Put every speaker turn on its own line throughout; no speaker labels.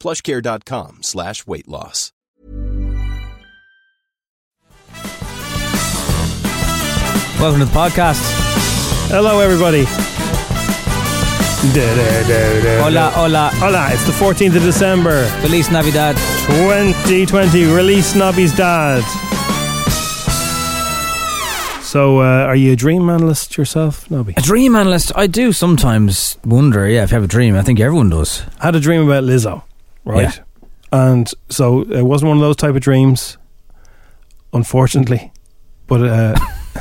plushcare.com slash weight loss.
Welcome to the podcast.
Hello, everybody.
Hola, hola.
Hola, it's the 14th of December,
Feliz Navidad.
2020. Release Nobby's Dad. So, uh, are you a dream analyst yourself, Nobby?
A dream analyst. I do sometimes wonder, yeah, if you have a dream. I think everyone does.
I had a dream about Lizzo, right?
Yeah.
And so it wasn't one of those type of dreams, unfortunately. But uh,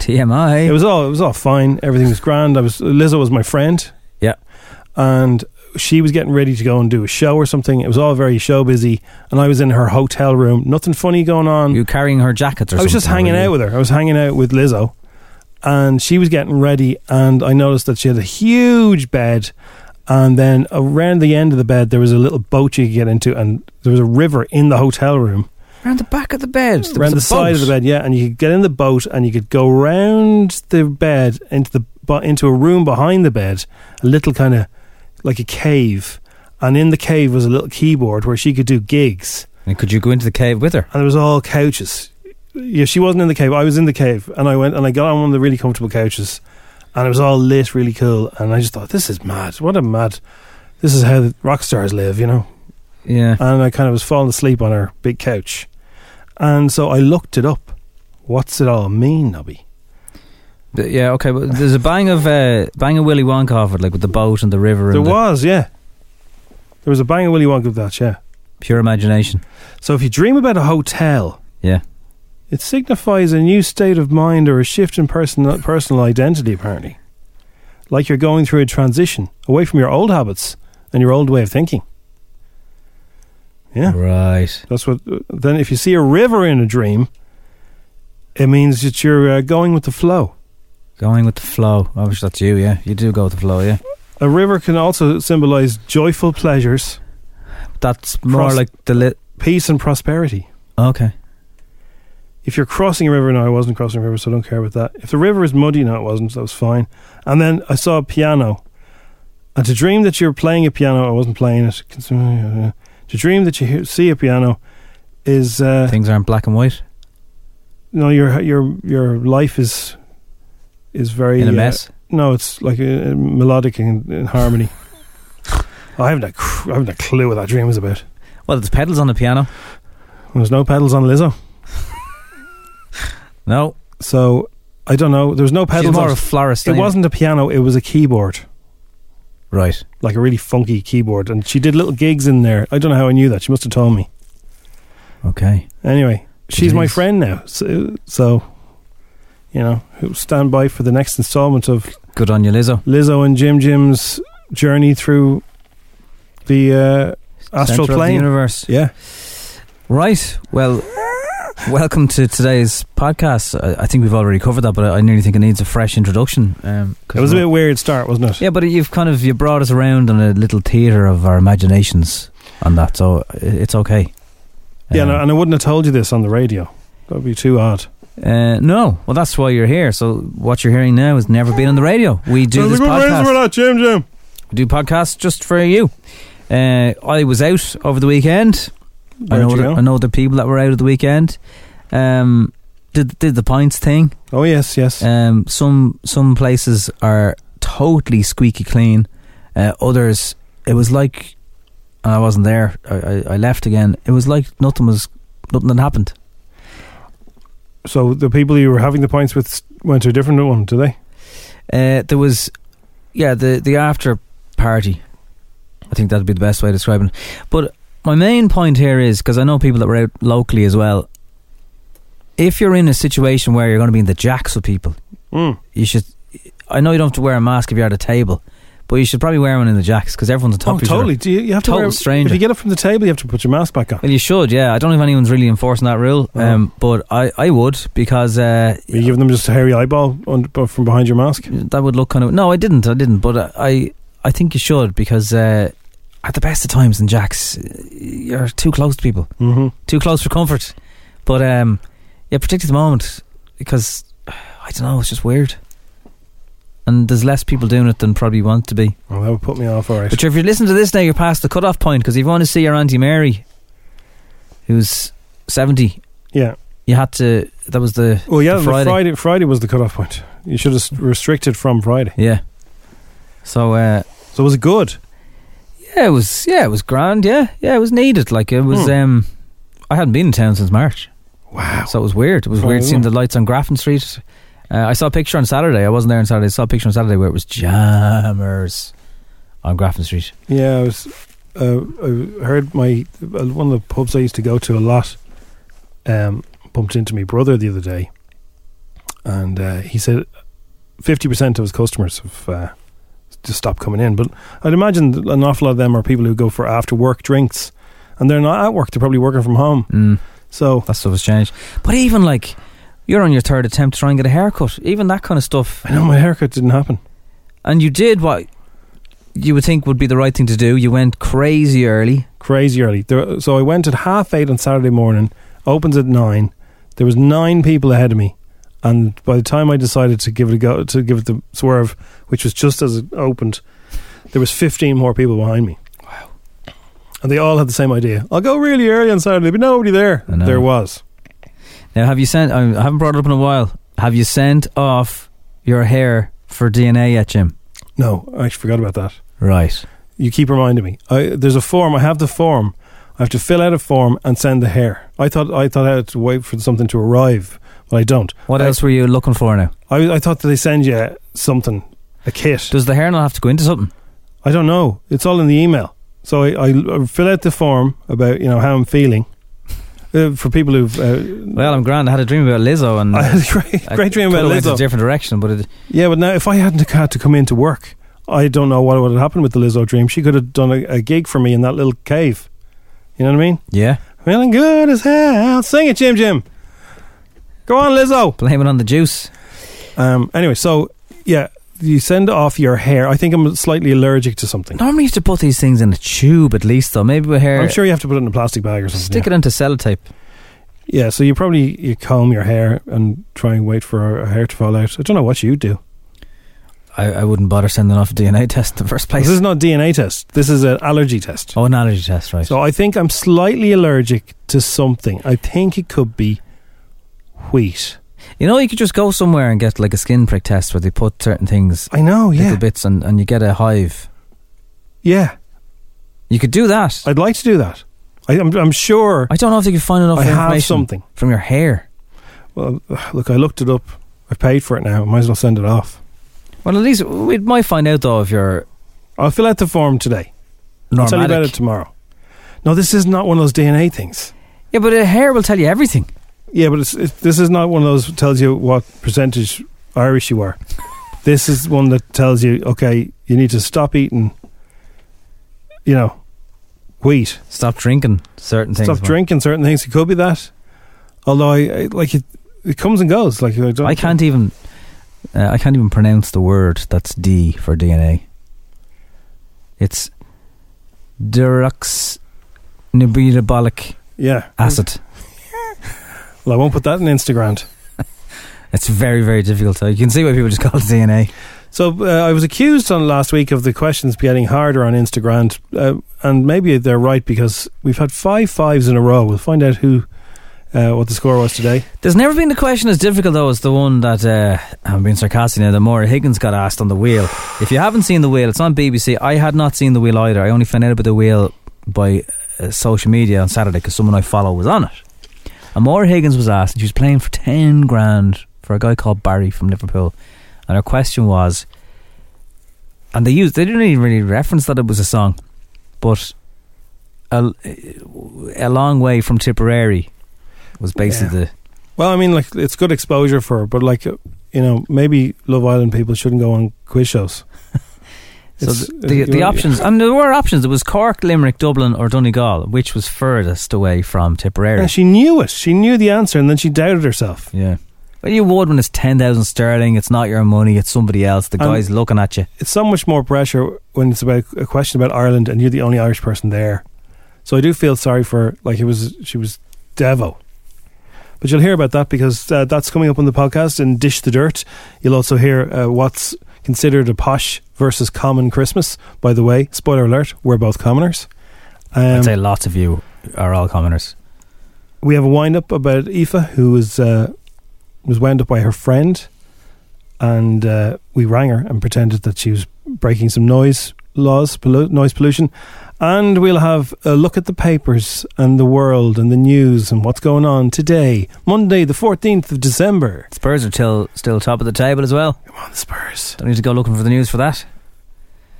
TMI.
it was all it was all fine. Everything was grand. I was Lizzo was my friend.
yeah.
and she was getting ready to go and do a show or something. It was all very show busy, and I was in her hotel room. Nothing funny going on.
You carrying her jackets or
I
something?
was just hanging
were you?
out with her. I was hanging out with Lizzo, and she was getting ready. And I noticed that she had a huge bed, and then around the end of the bed there was a little boat you could get into, and there was a river in the hotel room
Around the back of the bed. There
around the
was a
side of the
boat.
bed, yeah, and you could get in the boat and you could go round the bed into the bu- into a room behind the bed, a little kind of like a cave, and in the cave was a little keyboard where she could do gigs,
And could you go into the cave with her?
and there was all couches. Yeah, she wasn't in the cave. I was in the cave, and I went and I got on one of the really comfortable couches, and it was all lit, really cool, and I just thought, this is mad. What a mad. This is how the rock stars live, you know
Yeah.
and I kind of was falling asleep on her big couch. And so I looked it up. What's it all mean, Nobby?
But yeah. Okay. But there's a bang of uh, bang of Willy Wonka of it, like with the boat and the river.
There
and the
was, yeah. uh, There was a bang of Willy Wonka of that, yeah.
pure imagination.
So if you dream about a hotel,
Yeah.
it signifies a new state of mind or a shift in person, personal identity, apparently. Like you're going through a transition away from your old habits and your old way of thinking. Yeah.
Right.
That's what. Then, if you see a river in a dream, it means that you're uh, going with the flow.
Going with the flow. Obviously, that's you. Yeah. You do go with the flow. Yeah.
A river can also symbolize joyful pleasures,
That's more
Cross-
like the lit.
peace, and prosperity.
Okay.
If you're crossing a river, no, I wasn't crossing a river, so I don't care about that. If the river is muddy, no, it wasn't, that was fine. And then I saw a piano. And to dream that you're playing a piano, I wasn't playing it. uh, To dream that you hear, see a piano is uh,
Things aren't black and white.
no, your your your life is is very
In a
uh,
mess.
No, it's like uh, melodic and in harmony. I haven't a cr- I haven't a clue what that dream was about.
Well, there's pedals on the piano.
There's no pedals on Lizzo,
No.
so I don't know. There was no pedals.
She's more
on
a florist.
it
ain't
wasn't a piano. It was a keyboard,
Right.
like a really funky keyboard, and she did little gigs in there. I don't know how I knew that. She must have told me.
Okay.
Anyway, she's my
Jeez.
friend now, so, so you know, stand by for the next installment of
Good on you, Lizzo.
Lizzo and Jim Jim's journey through the uh, astral
Centre of the
plane.
universe.
Yeah,
Right. Well, welcome to today's podcast. I, I think we've already covered that, but I, I nearly think it needs a fresh introduction. Um, 'cause
it was a
we're-
bit weird start, wasn't it?
Yeah, but you've kind of you brought us around on a little theatre of our imaginations on that, so i- it's okay.
Yeah,
Um,
no, and I wouldn't have told you this on the radio. That would be too odd.
uh, no. Well, that's why you're here. So what you're hearing now has never been on the radio. We do this podcast.
that, Jim Jim.
We do podcasts just for you. Uh, I was out over the weekend. I
Where'd
know
you
other,
go?
I know other people that were out of the weekend. Um, did did the pints thing.
Oh yes, yes.
Um, some some places are totally squeaky clean. Uh, others, it was like and I wasn't there. I, I, I left again. It was like nothing was nothing had happened.
So the people you were having the pints with went to a different one, did they?
Uh, there was, yeah, the the after party. I think that'd be the best way of describing. It. But my main point here is because I know people that were out locally as well. If you're in a situation where you're going to be in the jacks with people,
Mm.
you should. I know you don't have to wear a mask if you're at a table, but you should probably wear one in the jacks because everyone's on top
Oh,
of each other.
totally. Do you, you have to
Total
wear,
stranger.
If you get up from the table, you have to put your mask back on.
Well, you should, yeah. I don't know if anyone's really enforcing that rule, um, but I, I would because uh,
Are you giving them just a hairy eyeball on, from behind your mask?
that would look kind of. No, I didn't. I didn't. But I I think you should because uh, at the best of times in Jacks, you're too close to people,
Mm-hmm.
too close for comfort. But um, yeah, particularly at the moment because I don't know, it's just weird. And there's less people doing it than probably want to be.
Well, that would put me off, all right.
But if you listen to this now, you're past the cut-off point because if you want to see your Auntie Mary, who's 70,
yeah.
you had to. That was the
Well, yeah,
the
the Friday.
Friday.
Friday was the cutoff point. You should have s- restricted from Friday.
Yeah. So uh,
So was it good?
yeah, it was yeah, it was grand. Yeah, yeah, it was needed. Like it was.
Hmm.
um I hadn't been in town since March,
Wow.
so it was weird. It was
Oh,
weird
yeah.
seeing the lights on Grafton Street. Uh, I saw a picture on Saturday. I wasn't there on Saturday. I saw a picture on Saturday where it was jammers on Grafton Street.
Yeah, I was. Uh, I heard my uh, one of the pubs I used to go to a lot um, bumped into my brother the other day, and uh, he said fifty percent of his customers have uh, just stopped coming in. But I'd imagine that an awful lot of them are people who go for after work drinks, and they're not at work; they're probably working from home.
Mm,
So
that stuff has changed. But even like you're on your third attempt to try and get a haircut, even that kind of stuff,
I know my haircut didn't happen.
and you did what you would think would be the right thing to do. You went crazy early.
crazy early. There, so I went at half eight on Saturday morning. Opens at nine. There was nine people ahead of me, and by the time I decided to give it a go, to give it the swerve, which was just as it opened, there was fifteen more people behind me. Wow! And they all had the same idea. I'll go really early on Saturday, but nobody there.
I know.
There was.
Now, have you sent? I haven't brought it up in a while. Have you sent off your hair for DNA yet, Jim?
No, I actually forgot about that.
Right.
You keep reminding me. I, there's a form. I have the form. I have to fill out a form and send the hair. I thought I thought I had to wait for something to arrive, but I don't.
What
I-
else were you looking for now?
I, I thought that they send you something, a kit.
Does the hair not have to go into something?
I don't know. It's all in the email. So I, I, I fill out the form about you know how I'm feeling. Uh, for people who've, uh,
Well, I'm grand. I had a dream about Lizzo, and
I had a great,
I
great dream about
coulda Went a
Lizzo.
different direction, but it,
Yeah, but now if I hadn't had to come in to work, I don't know what would have happened with the Lizzo dream. She could have done a, a gig for me in that little cave. You know what I mean?
yeah,
Feeling good as hell. Sing it, Jim. Jim. Go on, Lizzo.
blame it on the juice.
Um. Anyway, so yeah, you send off your hair. I think I'm slightly allergic to something.
Normally, you used to put these things in a tube, at least though. Maybe with hair.
I'm sure you have to put it in a plastic bag or something.
Stick
yeah.
it into sellotape.
Yeah, so you probably you comb your hair and try and wait for a hair to fall out. I don't know what you do.
I, I wouldn't bother sending off a DNA test in the first place.
This is not DNA test. This is an allergy test.
oh, an allergy test, right?
So I think I'm slightly allergic to something. I think it could be wheat.
you know, you could just go somewhere and get like a skin prick test where they put certain things,
I know.
little
Yeah.
bits, and, and you get a hive.
Yeah.
You could do that.
I'd like to do that. I, I'm, I'm sure
I don't know if they can find enough
I
information
have something.
from your hair.
Well, ugh, look, I looked it up. I paid for it now. I might as well send it off.
Well, at least we might find out though if you're
I'll fill out the form today. I'll tell you about it
normatic.
tomorrow. No, this is not one of those DNA things.
Yeah, but a hair will tell you everything.
Yeah, but it's, it, this is not one of those that tells you what percentage Irish you are. This is one that tells you, okay, you need to stop eating, you know, wheat.
Stop drinking certain things.
stop
man.
drinking certain things. It could be that. Although I, I like it, it comes and goes. Like I, don't,
I can't even. Uh, I can't even pronounce the word that's D for DNA. It's deoxyribonucleic
Yeah,
acid.
well, I won't put that in Instagram.
It's very, very difficult. So you can see why people just call it DNA.
So uh, I was accused on last week of the questions getting harder on Instagram, uh, and maybe they're right because we've had five fives in a row. We'll find out who, uh, what the score was today.
There's never been a question as difficult though as the one that uh, I'm being sarcastic now. The Maura Higgins got asked on the wheel. If you haven't seen the wheel, it's on BBC. I had not seen the wheel either. I only found out about the wheel by uh, social media on Saturday because someone I follow was on it. And Maura Higgins was asked, and she was playing for 10 grand for a guy called Barry from Liverpool. And her question was, and they used, they didn't even really reference that it was a song, but a, a long way from Tipperary was basically the.
Well, I mean, like it's good exposure for her, but like uh, you know, maybe Love Island people shouldn't go on quiz shows.
So
It's- uh,
the, the,
you
the
know,
options, and there were options. It was Cork, Limerick, Dublin, or Donegal, which was furthest away from Tipperary.
Yeah, she knew it. She knew the answer, and then she doubted herself.
Yeah. Well, you would when it's 10,000 sterling, it's not your money, it's somebody else. The
And-
guy's looking at you.
It's so much more pressure when it's about a question about Ireland, and you're the only Irish person there. So I do feel sorry for her. like it was she was Devo. But you'll hear about that because uh, that's coming up on the podcast in Dish the Dirt. You'll also hear uh, what's considered a posh versus common Christmas. By the way, spoiler alert: we're both commoners. Um,
I'd say lots of you are all commoners.
we have a wind up about Aoife, who was uh, was wound up by her friend, and uh, we rang her and pretended that she was breaking some noise laws, pollu- noise pollution. And we'll have a look at the papers and the world and the news and what's going on today, Monday, the fourteenth of December.
Spurs are till, still top of the table as well.
Come on, the Spurs!
Don't need to go looking for the news for that.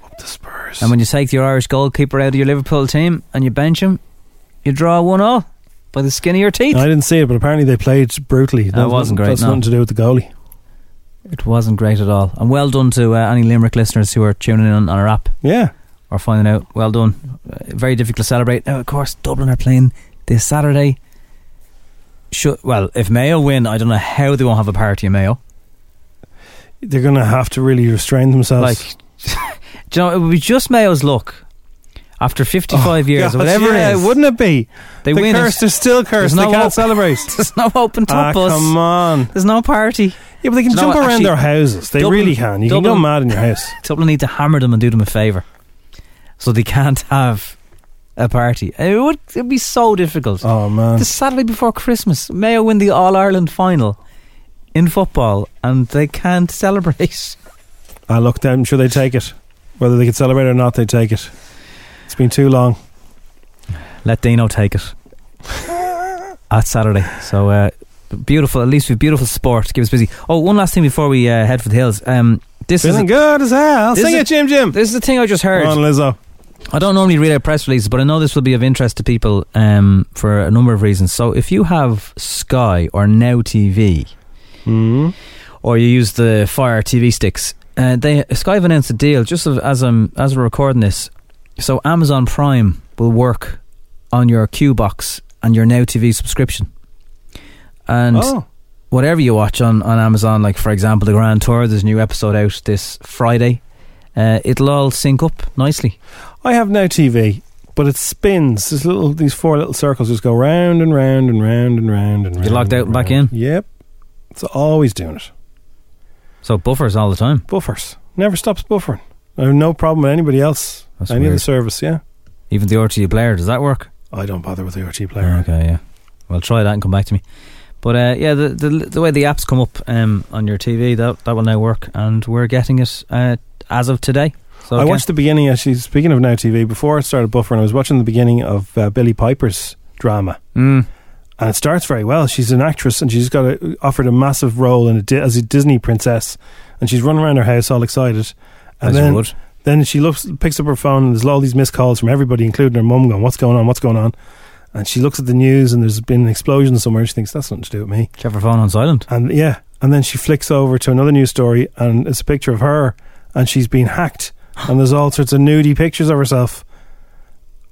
Up the Spurs!
And when you take your Irish goalkeeper out of your Liverpool team and you bench him, you draw 1 0 by the skin of your teeth.
No, I didn't see it, but apparently they played brutally.
No, it wasn't great,
That's
no.
nothing to do with the goalie.
It wasn't great at all. And well done to uh, any Limerick listeners who are tuning in on our app
Yeah,
or finding out. Well done. Uh, very difficult to celebrate. Now, of course, Dublin are playing this Saturday. Should, well, if Mayo win, I don't know how they won't have a party in Mayo.
they're going to have to really restrain themselves.
Like, do you know, it would be just Mayo's luck. After 55 years,
God,
or whatever
Oh, yeah,
it is,
wouldn't it be?
they
the
win.
curse
It.
is still cursed.
There's no
they can't
hope.
celebrate.
There's no open
ah,
top bus.
come on.
There's no party.
Yeah, but they can
Do you know
jump
what,
around
actually,
their houses. They
Dublin-
really can. You can
Dublin-
go mad in your house.
Dublin need to hammer them and do them a favour, so they can't have a party. Uh, It would it'd be so difficult.
Oh man.
The Saturday before Christmas, Mayo win the All Ireland final in football, and they can't celebrate.
I Uh, look, I'm sure they take it. Whether they could celebrate or not, they take it. It's been too long.
Let Dino take it at Saturday. So uh, beautiful. At least with beautiful sport, keep us busy. Oh, one last thing before we uh, head for the hills. Um, this is
Feeling good as hell.
this
Sing
is-
it, Jim Jim.
this is the thing I just heard.
Come on, Lizzo.
I don't normally read out press releases, but I know this will be of interest to people um, for a number of reasons. So, if you have Sky or Now TV,
Mm.
or you use the Fire TV sticks, uh, they Sky have announced a deal just of- as um as we're recording this. So, Amazon Prime will work on your Q box and your Now TV subscription, and
Oh,
whatever you watch on, on Amazon, like for example, the Grand Tour. There's a new episode out this Friday. Uh, it'll all sync up nicely.
I have now TV, but it spins. This little, these four little circles just go round and round and round and round and round.
logged out and back
round. Yep. It's always doing it.
So it buffers all the time.
Buffers never stops buffering. I have no problem with anybody else.
That's
any other
weird.
service, yeah.
Even the RTE player, does that work? Ah,
I don't bother with the RT player.
Okay, yeah. Well, try that and come back to me. But uh, yeah, the, the the way the apps come up um, on your TV, that that will now work, and we're getting it uh, as of today. So
I
again,
watched the beginning, actually, speaking of Now TV, before I started buffering, I was watching the beginning of uh, Billy Piper's drama.
Mm,
And it starts very well. She's an actress and she's got a, offered a massive role in a di- as a Disney princess. And she's running around her house all excited. And
as
then,
you would.
then she looks, picks up her phone and there's all these missed calls from everybody, including her mum, going, What's going on? What's going on? And she looks at the news and there's been an explosion somewhere. She thinks, That's nothing to do with me.
Did you have your phone on silent?
And yeah, and then she flicks over to another news story, and it's a picture of her, and she's been hacked, and there's all sorts of nudie pictures of herself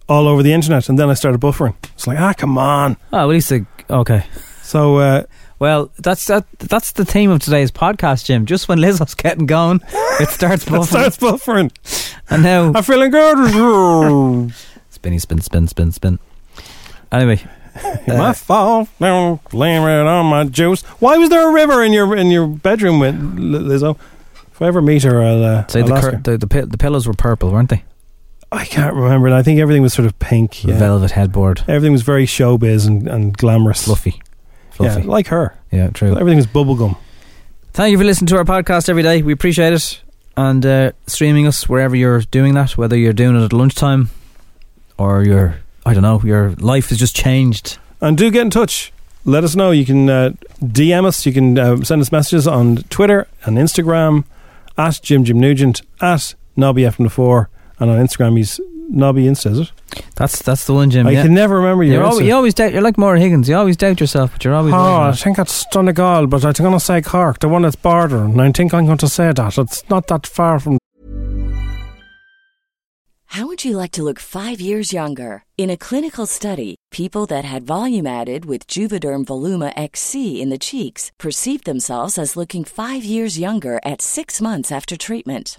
all over the internet. And then I started buffering. It's like, ah, come on.
Oh, at least the, okay.
So uh,
Well, that's that. That's the theme of today's podcast, Jim. Just when Lizzo's getting going, it starts
that
buffering,
starts buffering.
and now
I'm feeling good.
spinny, spin, spin, spin, spin. Anyway,
my fault. Now blame it on my juice. Why was there a river in your in your bedroom, with Lizzo? If I ever meet her, I'll uh,
say
I'll
the,
ask
cur-
her.
the the pi- the pillows were purple, weren't they?
I can't remember. And I think everything was sort of pink. Yeah.
Velvet headboard,
Everything was very showbiz and, and glamorous.
fluffy, fluffy.
Yeah, like her.
Yeah, true.
Everything is bubblegum.
Thank you for listening to our podcast every day. We appreciate it. And uh, streaming us wherever you're doing that, whether you're doing it at lunchtime or your I don't know, your life has just changed.
And do get in touch. Let us know. You can uh, DM us. You can uh, send us messages on Twitter and Instagram at Jim Jim Nugent at Nobby F from the Four, and on Instagram he's Nobby Insta. Is it?
That's that's the one, Jim.
I
yeah.
Oh, can never remember your.
You're always,
Insta.
you always doubt. You're like Maura Higgins. You always doubt yourself, but you're always.
Oh, I
right.
think it's Donegal, but I think I'm going to say Cork, the one that's bordering. I think I'm going to say that. It's not that far from
How would you like to look five years younger? In a clinical study, people that had volume added with Juvederm Voluma XC in the cheeks perceived themselves as looking five years younger at six months after treatment.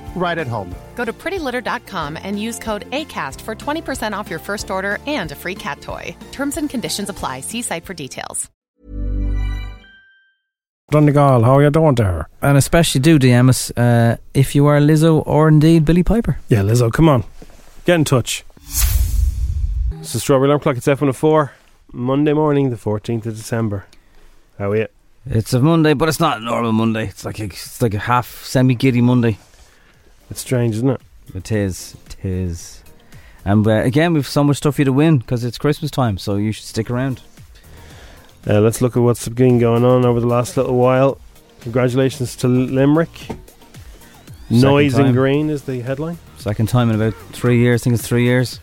right at home.
Go to prettylitter.com and use code ACAST for 20% off your first order and a free cat toy. Terms and conditions apply. See site for details.
Donegal. How are you doing there?
And especially do DM us uh, if you are Lizzo or indeed Billy Piper.
Yeah, Lizzo, come on. Get in touch. It's the Strawberry Alarm Clock. It's F104. Monday morning, the 14th of December. How are you?
It's a Monday, but it's not a normal Monday. It's like a, it's like a half semi giddy Monday.
It's strange, isn't it?
It is. It is. And uh, again, we've so much stuff for you to win because it's Christmas time, so you should stick around.
Uh, let's look at what's been going on over the last little while. Congratulations to Limerick. Noise
time.
and Green is the headline.
Second time in about three years. I think it's three years.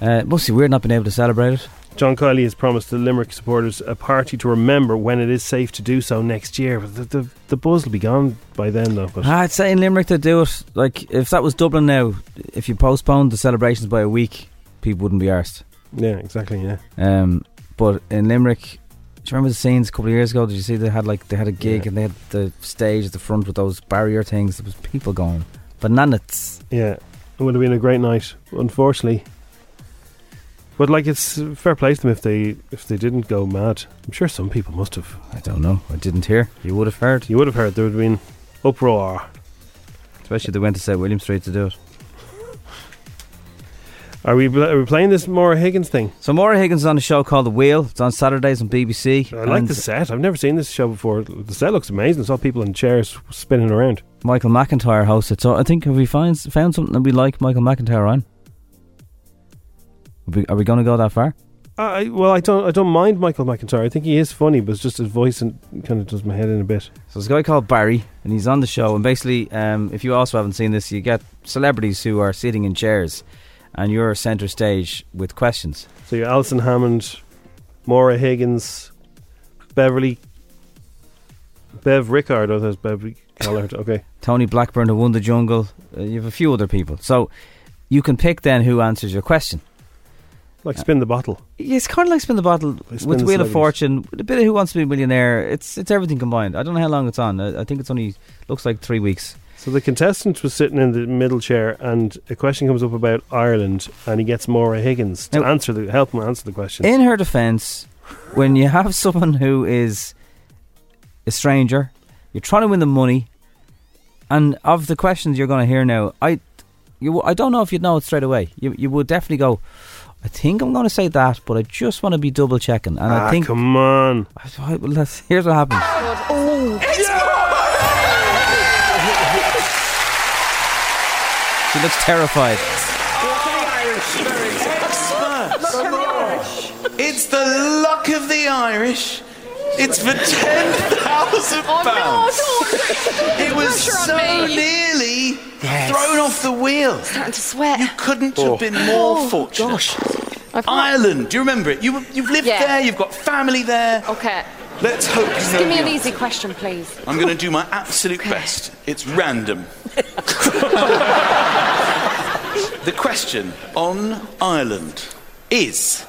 Uh, it must be weird not being able to celebrate it.
John Kiley has promised the Limerick supporters a party to remember when it is safe to do so next year. But the, the, the buzz will be gone by then, though. But
Ah, I'd say in Limerick to do it. Like if that was Dublin now, if you postponed the celebrations by a week, people wouldn't be arsed.
yeah, exactly. Yeah,
Um, but in Limerick, do you remember the scenes a couple of years ago? Did you see they had like they had a gig
Yeah.
and they had the stage at the front with those barrier things? There was people going bananas.
yeah. It would have been a great night, unfortunately. But like, it's fair play to them if they if they didn't go mad. I'm sure some people must have.
I don't know. I didn't hear. You would have heard,
You would have heard there would have been uproar.
especially if they went to St William Street to do it.
Are we bl- are we playing this Maura Higgins thing?
So Maura Higgins is on a show called The Wheel. It's on Saturdays on BBC.
I like
And
the set. I've never seen this show before. The set looks amazing. I saw people in chairs spinning around.
Michael McIntyre hosts it. So I think if we find found something that we like Michael McIntyre on, are we, are we going to go that far?
I, well, I don't. I don't mind Michael McIntyre. I think he is funny, but it's just his voice and kind of does my head in a bit.
So there's a guy called Barry, and he's on the show. And basically, um, if you also haven't seen this, you get celebrities who are sitting in chairs, and you're centre stage with questions.
So you're Alison Hammond, Maura Higgins, Beverly, Bev Rickard. Oh, there's Beverly Callard. Okay,
Tony Blackburn, who won the jungle. Uh, you have a few other people. So you can pick then who answers your question.
like spin the bottle.
It's kind of like Spin the Bottle
Like Spin
with
the
Wheel of
Celebrities.
Fortune, with a bit of Who Wants to Be a Millionaire. It's it's everything combined. I don't know how long it's on. I, I think it's only looks like three weeks.
So the contestant was sitting in the middle chair, and a question comes up about Ireland, and he gets Maura Higgins to
Now-
answer the help him answer the question.
In her defence, when you have someone who is a stranger. You're trying to win the money, and of the questions you're going to hear now, I, you, I don't know if you'd know it straight away. You, you would definitely go. I think I'm going to say that, but I just want to be double checking. And I
ah,
think
come on.
I- I- well, let's- here's what happens. she looks terrified.
It's the luck of the Irish. It's for ten thousand pounds. It was so nearly thrown off the wheel.
Starting to sweat.
Couldn't have been more fortunate.
I've not-
Ireland, do you remember it? You, you've lived
Yeah.
there, you've got family there.
Okay.
Let's hope you know
Give me an
the answer.
easy question, please.
I'm going to do my absolute best. It's random. the question on Ireland is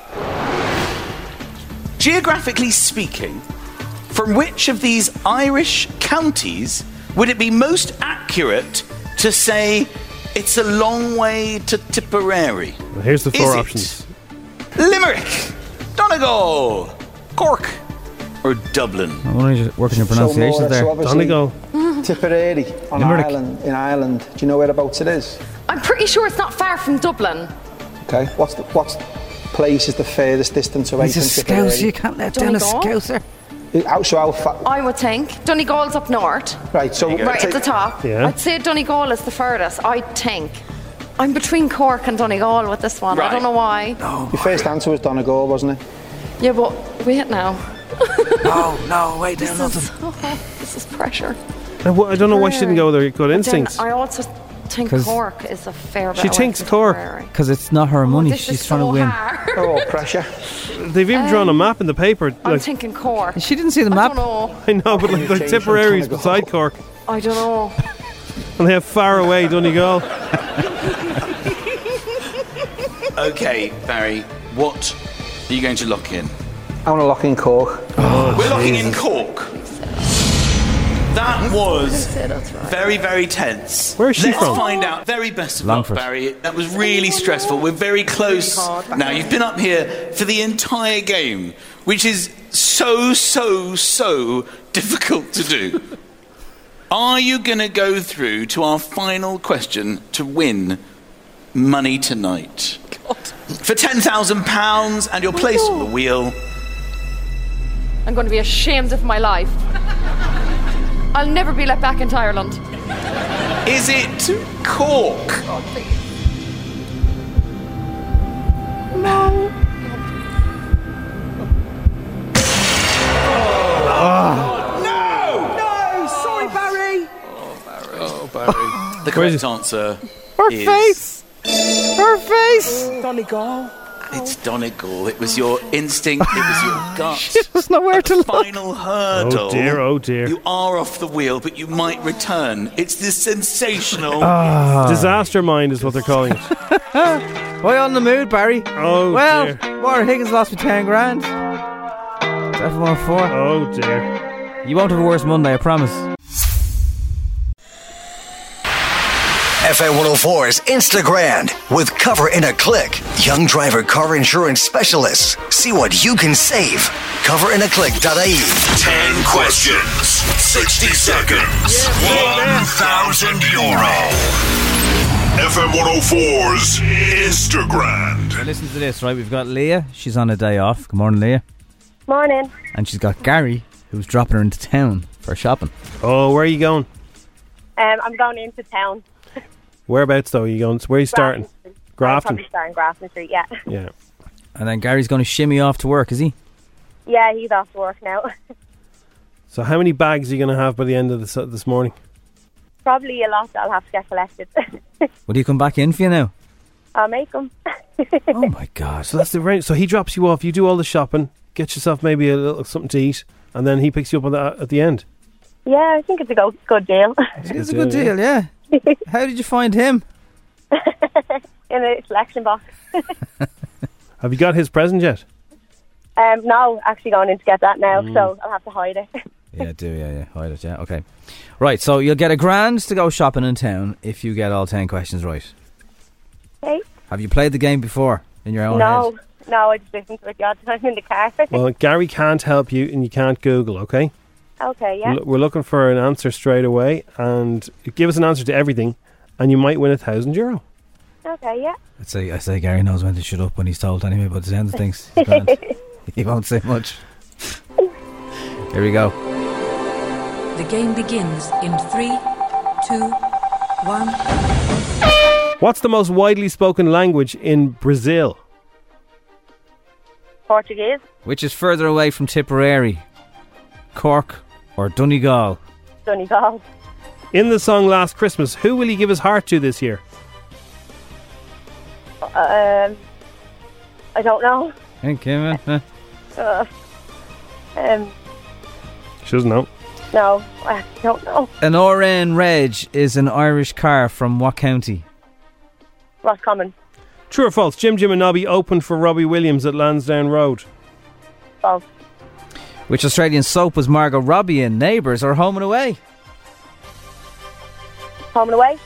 geographically speaking, from which of these Irish counties would it be most accurate to say it's a long way to Tipperary?
Well, here's the
Is
four
it
options.
Limerick, Donegal, Cork, or Dublin?
I'm only just working your pronunciations there.
Donegal.
Tipperary on
Limerick.
Ireland, in Ireland. Do you know whereabouts it is?
I'm pretty sure it's not far from Dublin.
Okay. What's the, what's place is the furthest distance away
He's a
from Tipperary?
scouser. You can't let down a
Donegal?
scouser.
How- So how fa-
I would think. Donegal's up north,
Right. So
right at the top.
Yeah.
I'd say Donegal is the furthest, I think. I'm between Cork and Donegal with this one. I
Right.
don't know why.
Your first answer was Donegal, wasn't it?
Yeah, but wait now.
No,
Oh,
no, wait,
This is, this is pressure.
I, wa- I don't know why she didn't go with her good
But then
instincts.
I also think
'Cause-
Cork is a fair bit
She
away
thinks
from
Cork.
Tipperary.
Because it's not her
Oh,
money.
this
She's
is
trying
so
to win.
hard.
Oh, pressure.
They've even drawn a map in the paper.
I'm
Like,
thinking Cork.
She didn't see the
I
map.
don't know.
I know, but like,
Change
like
from
Tipperary's
Donegal.
beside Cork,
I don't know.
and they have far away Donegal.
Okay, Barry, what are you going to lock in?
I want to lock in Cork.
Oh,
Oh,
We're locking in Cork. That was very, very tense.
Where is she
Let's
from?
find out. Very best of
Longford.
luck, Barry. That was really stressful. We're very close. now, you've been up here for the entire game, which is so, so, so difficult to do. Are you going to go through to our final question to win money tonight? For £10,000 and your place on the wheel.
I'm going to be ashamed of my life. I'll never be let back into Ireland.
Is it Cork? Oh, The correct answer Her face! Her face! Donegal. It's Donegal. It was your instinct, it was your gut. she doesn't know where to look. Final hurdle.
Oh dear, oh dear.
You are off the wheel, but you might return. It's the sensational.
Ah. Disaster mind is what they're calling it.
Why on the mood, Barry?
Oh
well,
dear.
Warren Higgins lost me 10 grand. It's F104.
Oh dear.
You won't have a worse Monday, I promise.
FM 104's Instagram with Cover in a Click. Young driver car insurance specialists. See what you can save. Coverinaclick.ie.
10 questions, 60 seconds, 1,000 euro. FM 104's Instagram.
Now listen to this, right? We've got Leah. She's on a day off. Good morning, Leah.
Morning.
And she's got Gary, who's dropping her into town for shopping.
Oh, where are you going?
Um, I'm going into town.
Whereabouts though? Are you going? Where are you starting? Grafton.
starting Grafton Street, yeah.
Yeah.
And then Gary's going to shimmy off to work, is he?
Yeah, he's off to work now.
So how many bags are you going to have by the end of this, this morning?
Probably a lot that I'll have to get collected.
Will he come back in for you now?
I'll make him.
Oh my God.
Ah, So that's the range. So he drops you off. You do all the shopping. Get yourself maybe a little something to eat, and then he picks you up on the, at the end.
Yeah, I think it's a go- good deal.
It's a good deal, yeah. How did you find him?
In a selection box.
Have you got his present yet?
Um, no, actually going in to get that now, so
Mm.
I'll have to hide it.
Yeah, do, yeah, yeah. Hide it, yeah. Okay. Right, so you'll get a grand to go shopping in town if you get all 10 questions right.
Okay.
Have you played the game before in your own
no,
head?
no, I just listen to it the odd time in the car.
Well, Gary can't help you, and you can't Google. Okay.
Okay, yeah.
L- We're looking for an answer straight away, and give us an answer to everything, and you might win a thousand euro.
Okay, yeah.
I'd say, I say Gary knows when to shut up when he's told anyway, but the sounds of things, he's grand.
okay,
he won't say much. Here we go.
The game begins in three, two, one.
What's the most widely spoken language in Brazil?
Portuguese,
Which is further away from Tipperary, Cork, or Donegal?
Donegal,
In the song Last Christmas, who will he give his heart to this year?
um, I don't know.
Thank you, man. Huh?
Uh, um,
She doesn't know.
no, I don't know.
An Oran Reg is an Irish car from what county?
Lost common,
True or false? Jim Jim and Nobby opened for Robbie Williams at Lansdowne Road.
false,
Which Australian soap was Margot Robbie in? Neighbours or Home and Away?
home and away.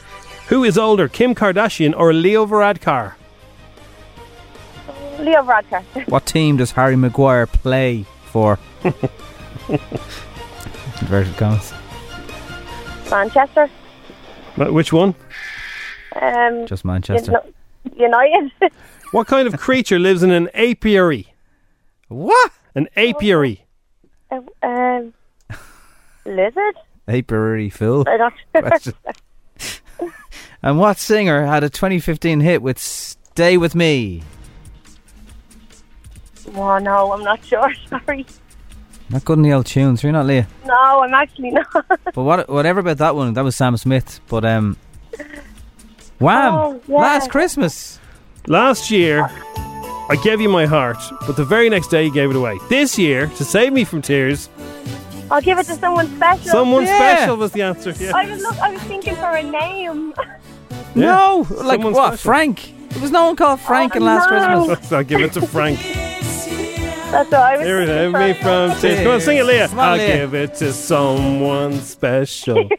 Who is older, Kim Kardashian or Leo Varadkar?
Leo Radker,
What team does Harry Maguire play for? Inverted commas.
Manchester,
But Uh, Which one?
um,
Just Manchester.
Uni- United,
What kind of creature lives in an apiary?
What?
An apiary.
um, lizard.
Apiary Phil.
I don't.
Question. And what singer had a 2015 hit with Stay With Me?
oh no, I'm not sure. Sorry,
Not good in the old tunes, you're not Leah.
no, I'm actually not.
But what, whatever about that one, that was Sam Smith. But, um, Wham!
Oh, yeah.
Last Christmas!
Last year, I gave you my heart, but the very next day you gave it away. This year, to save me from tears,
I'll give it to someone special.
someone special was the answer. Yeah.
I was look. I was thinking for a name.
Yeah.
No! Like,
Someone
what?
special.
Frank? There was no one called Frank in Last
Oh, no.
Christmas.
Oh, I'll give it to Frank.
That's what I was.
Here it
thinking
is,
for a
me
name.
from tears. Come on, sing it, Leah.
Come on,
I'll
Leah.
give it to someone special.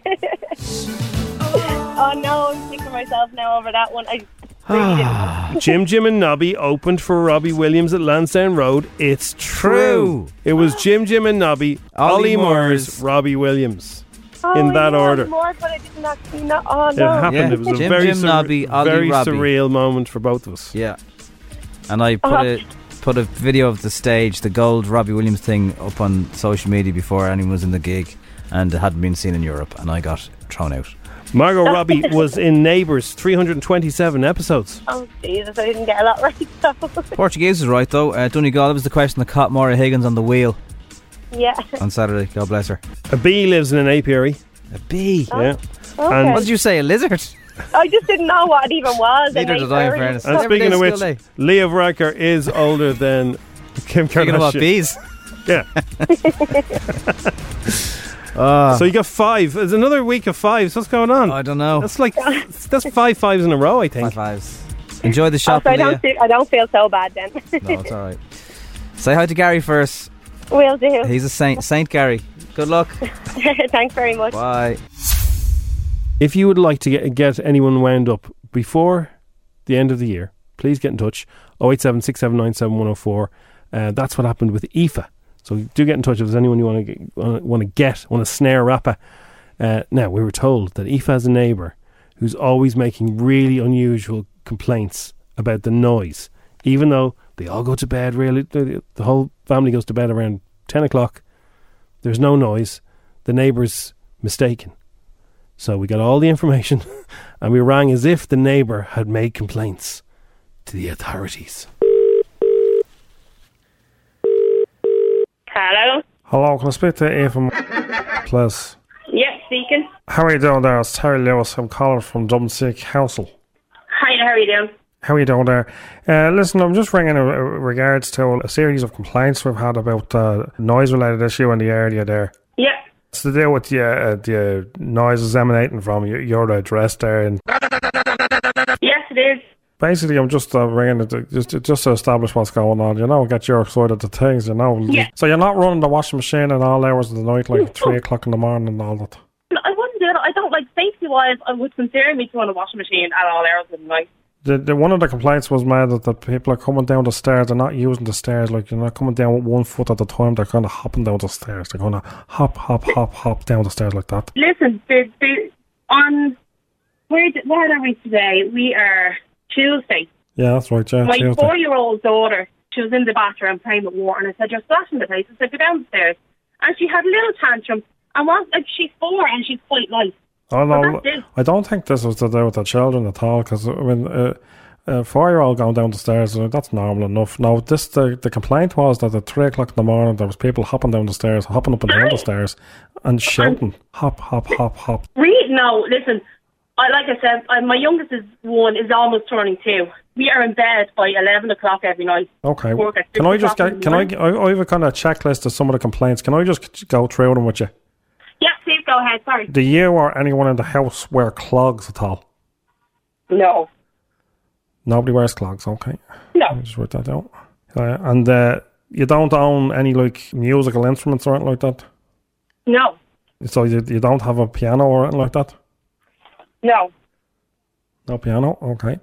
Oh no, I'm sick of myself now over that one. I really didn't.
Jim Jim and Nobby opened for Robbie Williams at Lansdowne Road. It's true.
True.
It was Jim Jim and Nobby, Ollie
Ollie
Moores,
Moores.
Robbie Williams.
Oh,
In
I
that
know,
order.
I'm bored, but I didn't actually know. Oh
It happened.
no.
Yeah.
It was a
Jim
very,
Jim
surre-
Nobby, Ollie
very
Robbie.
surreal moment for both of us.
Yeah. And I put
Oh.
a put a video of the stage, the gold Robbie Williams thing, up on social media before anyone was in the gig, and it hadn't been seen in Europe, and I got thrown out.
Margot Robbie was in Neighbours 327 episodes.
Oh Jesus, I didn't get a lot right. So
Portuguese is right though. Uh, Donegal, that was the question that caught Maura Higgins on the wheel
yeah.
on Saturday. God bless her.
A bee lives in an apiary.
A bee.
Oh.
Yeah.
Okay.
What did you say? A lizard?
I just didn't know what it even was.
Neither
and
did I, in
very-
fairness.
And
Every
speaking
day's
of
school day.
which, Leah Racker is older than Kim
Speaking about
Kardashian.
bees.
Yeah.
Ah.
So you got five. There's another week of fives. What's going on?
I don't know.
That's like that's five fives in a row. I
High
think.
fives. Enjoy the
Oh,
shop,
so I
Leah.
don't. Feel, I don't feel so bad then.
No, it's all right. Say hi to Gary first.
Will do.
He's a saint. Saint Gary. Good luck.
Thanks very much.
Bye.
If you would like to get get anyone wound up before the end of the year, please get in touch. 087 679 7104. Uh, That's what happened with IFA. So do get in touch if there's anyone you want to want to get, want to snare rapper. Uh, now we were told that IFA has a neighbour who's always making really unusual complaints about the noise, even though they all go to bed. Really, the, the whole family goes to bed around ten o'clock. There's no noise. The neighbour's mistaken. So we got all the information and we rang as if the neighbour had made complaints to the authorities.
Hello.
Hello, can I speak to Ian from please?
Yes, speaking.
How are you doing there? It's Terry Lewis. I'm calling from Dublin City Council.
Hi, how are you doing?
How are you doing there? Uh, listen, I'm just ringing in uh, regards to a series of complaints we've had about the noise-related issue in the area there.
Yeah.
It's to do with the, uh, the noises emanating from your, your address there. And
Yes, it is.
basically, I'm just uh, ringing to, just, just to establish what's going on, you know, get your side of the things, you know.
Yeah.
So you're not running the washing machine at all hours of the night, like 3 o'clock in the morning and all that.
I wouldn't do it. I don't like safety wise. I would consider me to on a washing machine at all hours of the night.
The, the one of the complaints was made that the people are coming down the stairs. They're not using the stairs. Like you're not coming down with one foot at a time. They're kind of hopping down the stairs. They're going to hop, hop, hop, hop down the stairs like that.
Listen, the, the, on where d- what are we today? We are Tuesday.
Yeah, that's right. Yeah,
My
Tuesday.
four-year-old daughter, she was in the bathroom playing with water, and I said, "You're splashing the place." I said, "Go downstairs," and she had a little tantrum. And was like she's four and she's quite light.
Oh
Well,
no,
that's it.
I don't think this was to do with the children at all. Because when uh, a four-year-old going down the stairs, uh, that's normal enough. Now, this the, the complaint was that at three o'clock in the morning there was people hopping down the stairs, hopping up and down the stairs, and shouting, hop, hop, hop, hop.
We no, listen. I like I said, I, my youngest is one is almost turning two. We are in bed by eleven o'clock every night.
Okay.
Work at
Can
six
I just
o'clock in
get?
the
uh, Can I?
morning.
g- I I have a kind of checklist of some of the complaints. Can I just go through them with you?
Yeah, please go ahead. Sorry.
Do you or anyone in the house wear clogs at all?
No.
Nobody wears clogs. Okay.
No.
Let me just write that down. Uh, and uh, you don't own any like musical instruments or anything like that.
No.
So you, you don't have a piano or anything like that?
No.
No piano. Okay.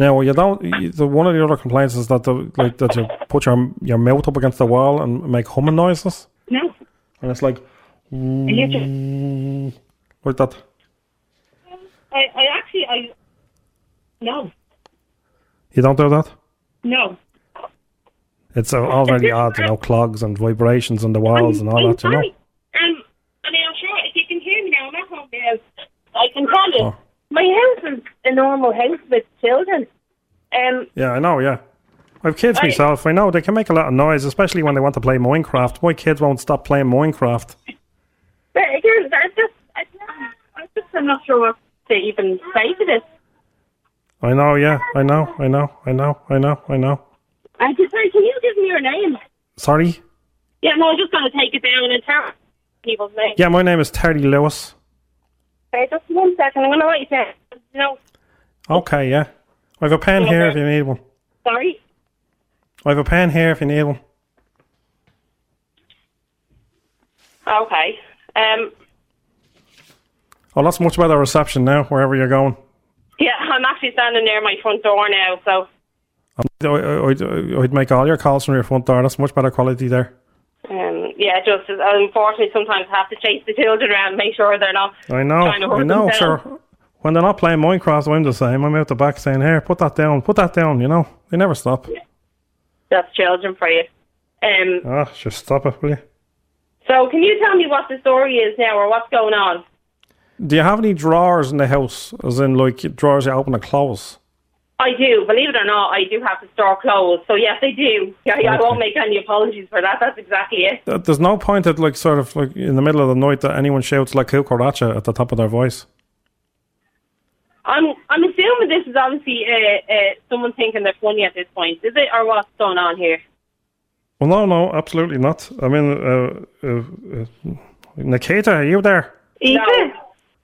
Now you don't. You, the, one of the other complaints is that the, like that you put your your mouth up against the wall and make humming noises,
No.
and it's like mm,
And you just,
like that.
I, I actually I no.
You don't do that.
No.
It's uh, all very odd, you know, clogs and vibrations on the walls and all
I'm
that, you know.
sorry. Um, I mean, I'm sure if you can hear me now, I'm at home now. I can tell
Oh.
you, my house is a normal house with children. Um,
Yeah, I know. Yeah, I've kids
I-
myself. I know they can make a lot of noise, especially when they want to play Minecraft. My kids won't stop playing Minecraft.
but here's I just, I, I just, I'm not sure what to even say to this.
I know. Yeah, I know. I know. I know. I know. I know.
I just, sorry, can you give me your name?
Sorry.
Yeah, no, I'm just gonna take it down and tell people's names.
Yeah, my name is Terry Lewis.
Okay, just one second. I'm gonna write it down. No,
Okay. Yeah, I've a pen here if you need one.
sorry.
I've a pen here if you need one.
Okay. Um,
Oh, that's much better reception now wherever you're going.
yeah, I'm actually standing near my front door now, so.
I- I- I'd, I'd make all your calls from your front door. That's much better quality there.
Um, yeah, just as- unfortunately, sometimes I have to chase the children around, make sure they're not.
I know,
Trying to hurt
I know,
themselves.
sure. When they're not playing Minecraft, I'm the same. I'm out the back saying, here, put that down, put that down, you know. They never stop.
That's children for you. Um,
Ah, just stop it, will you?
so, can you tell me what the story is now, or what's going on?
Do you have any drawers in the house? As in, like, drawers you open and close?
I do, believe it or not, I do have to store clothes. So yes, I do. Yeah, I won't make any apologies for that. That's exactly it.
Th- There's no point at, like, sort of, like, in the middle of the night that anyone shouts, like, cucaracha at the top of their voice.
I'm I'm assuming this is obviously uh, uh, someone thinking they're funny at this point, is it, or what's going on here?
Well, no, no, absolutely not. I mean, uh, uh, uh, Nikita, are you there?
No.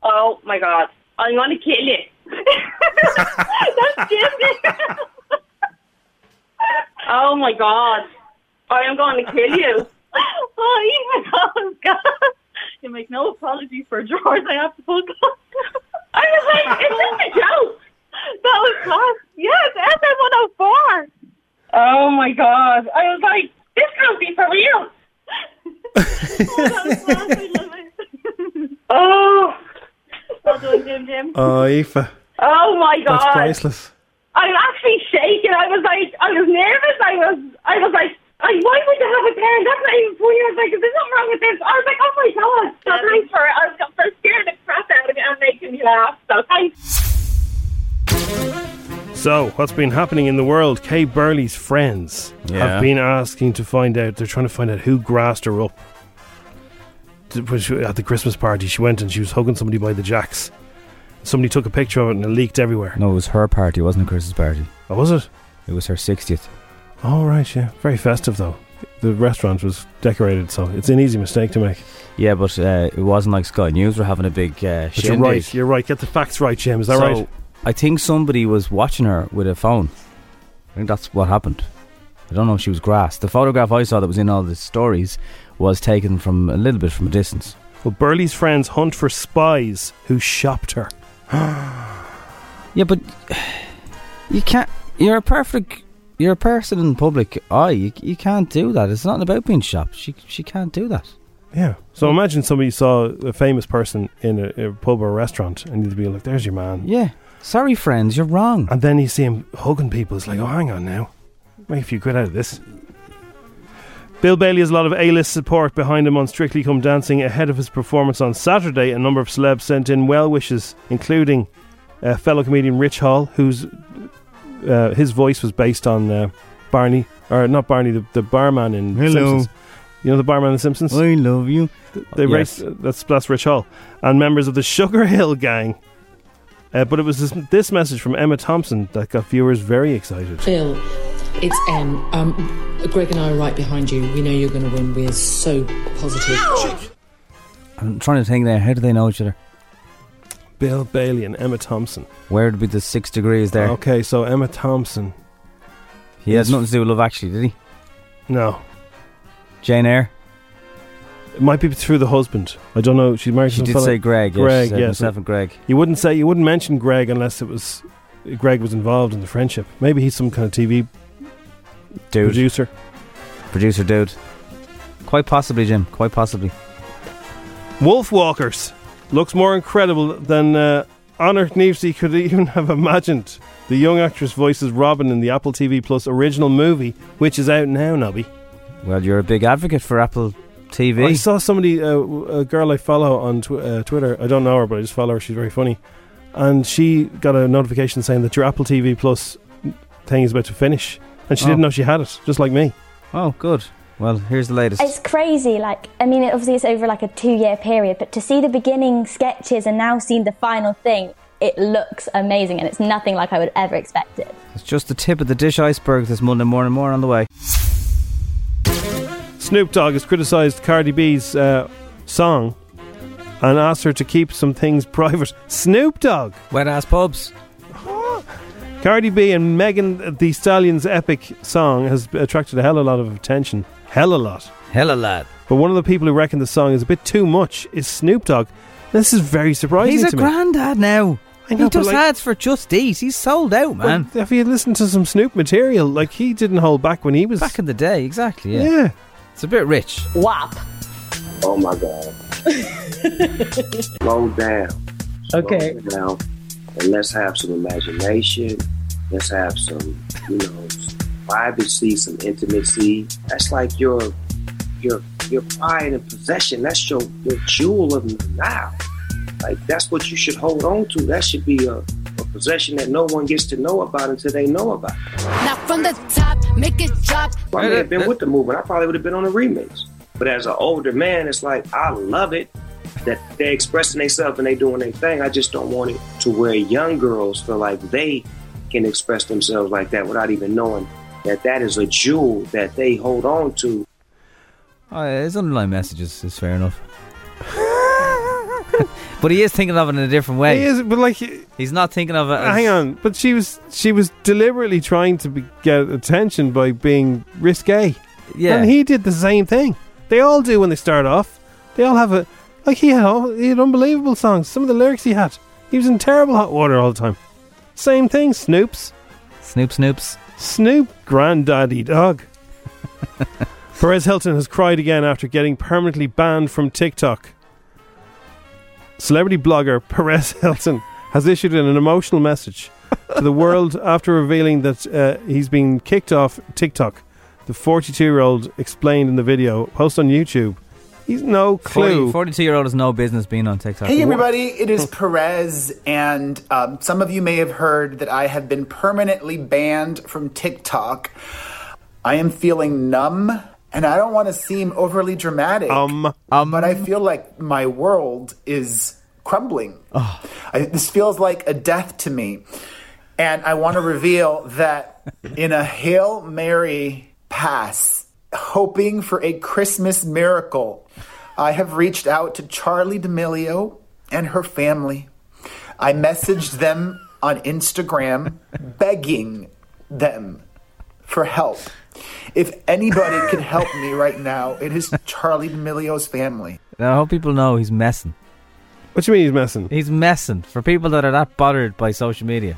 Oh my god, I'm gonna kill you. That's Jimmy. oh my god, I am going to kill you.
Oh, even oh God! You make no apologies for drawers. I have to put. I was like, is this a joke? That was class. Yes, FM one hundred four.
Oh my god, I was like, this can't be for real. oh,
Well done, Jim Jim.
Uh, Aoife.
oh my god.
That's priceless.
I'm actually shaking. I was like, I was nervous. I was, I was like, I, why would you have a pen? That's not even funny. I was like, is there something wrong with this? I was like, oh my god. So thanks for it. I was for scaring the crap out of it and making me laugh. So thanks.
So, what's been happening in the world? Kay Burley's friends
Yeah.
have been asking to find out. They're trying to find out who grassed her up. Th- when she- At the Christmas party, she went and she was hugging somebody by the jacks. Somebody took a picture of it and it leaked everywhere.
No, it was her party, it wasn't a Christmas party.
Oh, was it?
It was her 60th.
All right, yeah. Very festive, though. The restaurant was decorated, so it's an easy mistake to make.
Yeah, but uh, it wasn't like Sky News were having a big uh,
But you're right, you're right. Get the facts right, Jim. Is that
so,
right?
I think somebody was watching her with a phone. I think that's what happened. I don't know if she was grass. The photograph I saw that was in all the stories was taken from a little bit from a distance.
Well, Burley's friends hunt for spies who shopped her.
Yeah, but You can't. You're a perfect. You're a person in public eye. You, you can't do that. It's not about being shopped. She she can't do that.
Yeah. So imagine somebody saw a famous person in a, a pub or a restaurant and you'd be like, there's your man.
Yeah. Sorry, friends, you're wrong.
And then you see him hugging people. It's like, oh, hang on now. Make a few quid out of this. Bill Bailey has a lot of A list support behind him on Strictly Come Dancing ahead of his performance on Saturday. A number of celebs sent in well wishes, including uh, fellow comedian Rich Hall, whose uh, his voice was based on uh, Barney, or not Barney, the, the barman in
Hello.
Simpsons. You know the barman in The Simpsons?
I love you.
They
Yes.
raised, uh, that's, that's Rich Hall. And members of the Sugar Hill Gang. Uh, but it was this, this message from Emma Thompson that got viewers very excited.
Phil, it's Em. Um, Greg and I are right behind you. We know you're going to win. We're so positive.
I'm trying to think there. How do they know each other?
Bill Bailey and Emma Thompson.
Where would be the six degrees there?
Okay, so Emma Thompson.
He has nothing to do with Love Actually, did he?
No.
Jane Eyre.
It might be through the husband. I don't know. She's married to
She
some
did
fella-
say Greg, yeah, she
Greg,
said
yeah,
myself and Greg.
You wouldn't say you wouldn't mention Greg unless it was Greg was involved in the friendship. Maybe he's some kind of TV
Dude.
producer.
Producer dude. Quite possibly, Jim. Quite possibly.
Wolf Walkers looks more incredible than uh, Honor Knevesy could even have imagined. The young actress voices Robin in the Apple TV Plus original movie, which is out now, Nobby.
Well, you're a big advocate for Apple TV.
I saw somebody, uh, w- a girl I follow on tw- uh, Twitter. I don't know her, but I just follow her. She's very funny, and she got a notification saying that your Apple TV Plus thing is about to finish, and she
Oh.
didn't know she had it, just like me.
Oh, good. Well, here's the latest.
It's crazy. Like, I mean, it, obviously it's over like a two-year period, but to see the beginning sketches and now seeing the final thing, it looks amazing, and it's nothing like I would ever expect it.
It's just the tip of the dish iceberg this Monday morning. More on the way.
Snoop Dogg has criticised Cardi B's uh, song and asked her to keep some things private. Snoop Dogg!
Wet ass pubs.
Cardi B and Megan the Stallion's epic song has attracted a hell of a lot of attention. Hell of a lot.
Hella lad.
But one of the people who reckon the song is a bit too much is Snoop Dogg. This is very surprising
He's a
to me.
granddad now.
I know,
he
but
does
like-
ads for Just Eat. He's sold out,
Well,
man.
if you listen to some Snoop material, like he didn't hold back when he was
Back in the day, exactly. Yeah.
Yeah.
It's a bit rich.
WAP.
Oh my god. Slow down.
Okay.
Slow down. And let's have some imagination. Let's have some, you know, privacy, some intimacy. That's like your your your pride and possession. That's your, your jewel of the now. Like that's what you should hold on to. That should be a, a possession that no one gets to know about until they know about it.
Now from the top, make it drop.
If I may have been with the movement, I probably would have been on a remix. But as an older man, it's like I love it that they're expressing themselves and they doing their thing. I just don't want it to where young girls feel like they can express themselves like that without even knowing that that is a jewel that they hold on to.
Oh, yeah, his underlying message is, is fair enough. but he is thinking of it in a different way.
He is, but like
he's not thinking of it. As,
Hang on, but she was she was deliberately trying to be, get attention by being risque.
Yeah.
and he did the same thing. They all do when they start off. They all have a like he had all, he had unbelievable songs. Some of the lyrics he had, he was in terrible hot water all the time. Same thing, Snoops,
Snoop, Snoops,
Snoop, Granddaddy Dog. Perez Hilton has cried again after getting permanently banned from TikTok. Celebrity blogger Perez Hilton has issued an emotional message to the world after revealing that uh, he's been kicked off TikTok. The 42 year old explained in the video, post on YouTube. He's no clue.
42 year old has no business being on TikTok.
Hey everybody, it is Perez, and um, some of you may have heard that I have been permanently banned from TikTok. I am feeling numb, and I don't want to seem overly dramatic. Um, but I feel like my world is crumbling. I, this feels like a death to me, and I want to reveal that in a hail mary pass, hoping for a Christmas miracle. I have reached out to Charlie D'Amelio and her family. I messaged them on Instagram begging them for help. If anybody can help me right now, it is Charlie D'Amelio's family.
Now, I hope people know he's messing.
What do you mean he's messing?
He's messing. For people that are that bothered by social media,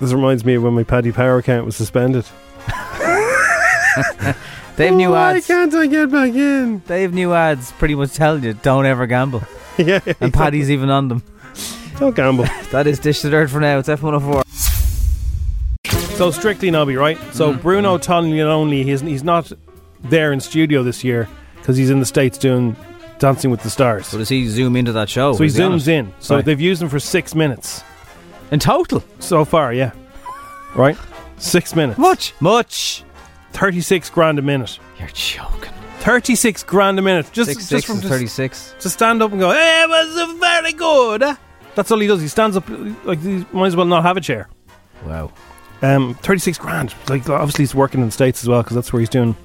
This reminds me of when my Paddy Power account was suspended.
They've new
Oh, Why
ads.
can't I get back in?
They've new ads pretty much telling you don't ever gamble.
yeah,
And Paddy's even on them.
Don't gamble.
that is Dish the Dirt for now. It's F104.
So strictly knobby, right? So Bruno Tognoni, he's he's not there in studio this year because he's in the states doing Dancing with the Stars. So
does he zoom into that show?
so he
Oh, Is on
zooms
it?
in. So
Right.
they've used him for six minutes
in total.
So far, yeah. Right, six minutes.
Much, much.
Thirty-six grand a minute.
You're joking.
Thirty-six grand a minute. Just
Six,
just
six
from
is
to s-
36.
To stand up and go, hey, it was very good. That's all he does. He stands up like he might as well not have a chair.
Wow.
Um, 36 grand. Like, oh. obviously, he's working in the States as well because that's where he's doing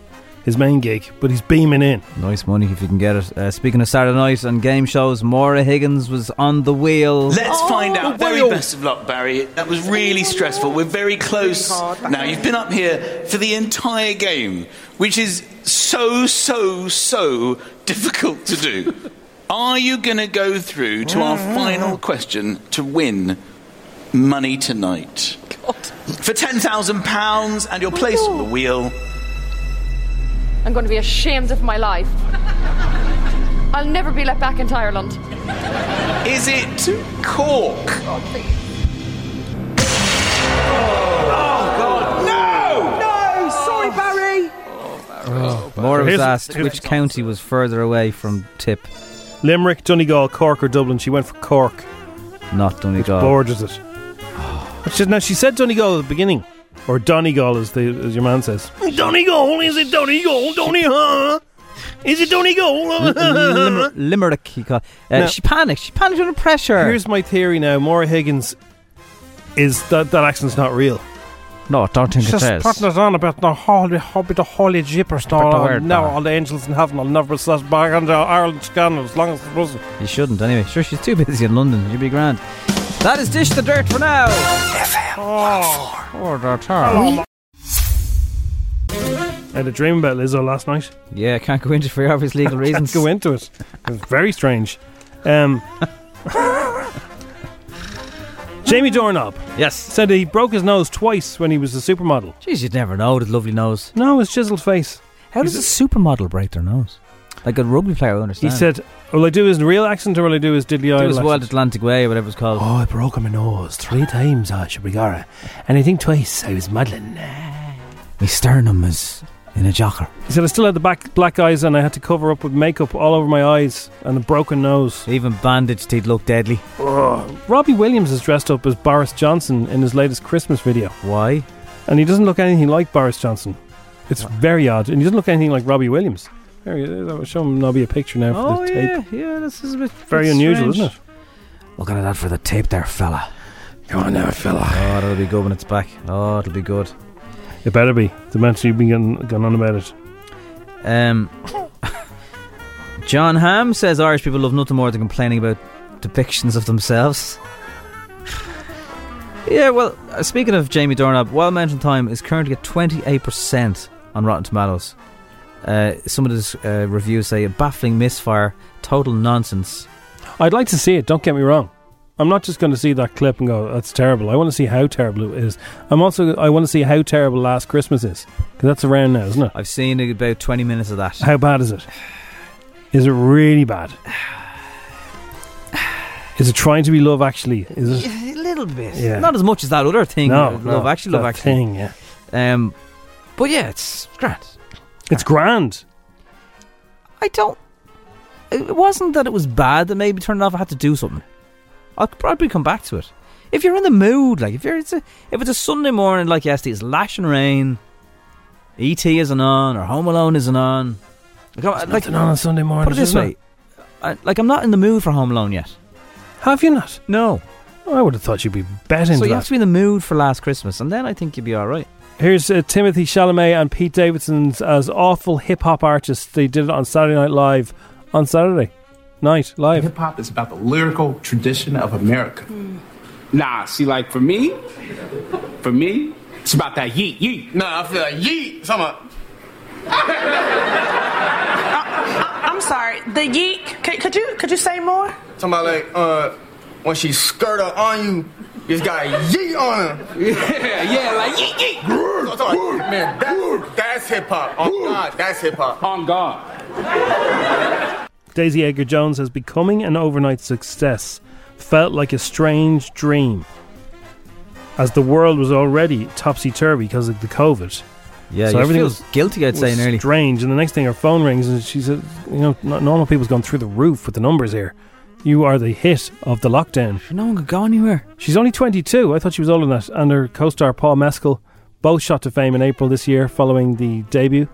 his main gig, but he's beaming in.
Nice money if you can get it. Uh, speaking of Saturday night and game shows, Maura Higgins was on the wheel.
Let's find out. Very best of luck, Barry. That was really stressful. We're very close now. You've been up here for the entire game, which is so, so, so difficult to do. Are you going to go through to our final question to win money tonight? For £10,000 and your place on the wheel.
I'm going to be ashamed of my life. I'll never be let back into Ireland.
Is it Cork? Oh,
Oh, please.
God, no!
No! Sorry, Barry!
Oh.
Maura was
Here's-
asked
here's-
which county was further away from Tip,
Limerick, Donegal, Cork, or Dublin. She went for Cork.
not Donegal. Oh.
Borders it. But she- Now, she said Donegal at the beginning, or Donegal, as, the, as your man says. Donegal, is it Donegal? Donegal? Is it
L- Limer-
Donegal?
Limerick, he called. Uh,
Now-
she panicked. She panicked under pressure.
Here's my theory now. Maura Higgins is that that accent's not real.
no, don't think it
Just
is.
putting it on about the holy, hobby, the holy jeepers, and all,
About the word,
now
Barry.
all the angels in heaven will never set back under Ireland's scandal as long as it was.
You shouldn't, anyway. Sure, she's too busy in London. You'd be grand. That is Dish the Dirt for now. Oh.
Oh.
Or the turn.
I had a dream about Lizzo last night.
Yeah, can't go into it for obvious legal reasons.
Go into it. It was very strange. Um, Jamie Dornob.
Yes.
Said he broke his nose twice when he was a supermodel.
Jeez, you'd never know. The lovely nose.
No, his chiseled face.
How
He's
does a supermodel break their nose? Like a rugby player, I understand.
He said, "Will I do his real accent or will I do his diddly
It
Irish?"
was Wild Atlantic Way, whatever it's called.
Oh, I broke my nose three times, I should be gara. And I think twice I was muddling.
My sternum is in a jocker.
He said I still had the back black eyes and I had to cover up with makeup all over my eyes and a broken nose.
Even bandaged, he'd look deadly.
Robbie Williams is dressed up as Boris Johnson in his latest Christmas video.
Why? Ah.
And he doesn't look anything like Boris Johnson. It's very odd. And he doesn't look anything like Robbie Williams. There he is. I'll show him Nobby a picture now for the
Oh,
tape.
yeah, yeah, this is a bit.
Very
bit
unusual, isn't
strange.
it?
Looking at that for the tape there, fella. Come on now, fella. Oh, that'll be good when it's back. Oh, it'll be good.
It better be. The man you've been going, going on about it.
Um, John Ham says Irish people love nothing more than complaining about depictions of themselves. yeah, well, uh, speaking of Jamie Dornob, Wild Mountain Time is currently at 28% on Rotten Tomatoes. Uh, some of his uh, reviews say a baffling misfire, total nonsense.
I'd like to see it, don't get me wrong. I'm not just going to see that clip and go, that's terrible. I want to see how terrible it is. I'm also, I want to see how terrible Last Christmas is. Because that's around now, isn't it?
I've seen about 20 minutes of that.
How bad is it? Is it really bad? Is it trying to be love actually? Is it?
A little bit.
Yeah.
Not as much as that other thing.
No,
uh, love
no,
actually, love
that
actually.
thing, yeah.
Um, but yeah, it's grand.
It's grand.
I don't. It wasn't that it was bad that made me turn it off. I had to do something. I'll probably come back to it. If you're in the mood, like if you're it's a, if it's a Sunday morning like yesterday, it's lashing rain. ET isn't on, or Home Alone isn't on. Like, I- like
nothing on a Sunday morning,
Put it this
isn't
way, I, like I'm not in the mood for Home Alone yet.
Have you not?
No.
I would have thought you'd be betting
so
into
you
that.
have to be in the mood for Last Christmas, and then I think you'd be all right.
Here's uh, Timothy Chalamet and Pete Davidson's as awful hip hop artists. They did it on Saturday Night Live on Saturday night live.
Hip hop is about the lyrical tradition of America. Nah, see, like for me, for me, it's about that yeet yeet. Nah, I feel like yeet. So I'm a-
Uh, I'm sorry. The yeek. Could, could you could you say more?
Talking about like uh, when she skirt up on you,
Just got a yeet on him. Yeah, yeah, like yeet, yeet. So it's like, Man, that, that's hip hop. On God, that's hip hop. On God.
Daisy Edgar Jones has becoming an overnight success felt like a strange dream, as the world was already topsy turvy because of the COVID.
Yeah, you feels guilty, I'd
was
say, nearly.
strange. And the next thing, her phone rings, and she says, "You know, n- normal people's gone through the roof with the numbers here. You are the hit of the lockdown.
No one could go anywhere.
She's only 22. I thought she was older than that. And her co-star Paul Mescal both shot to fame in April this year, following the debut.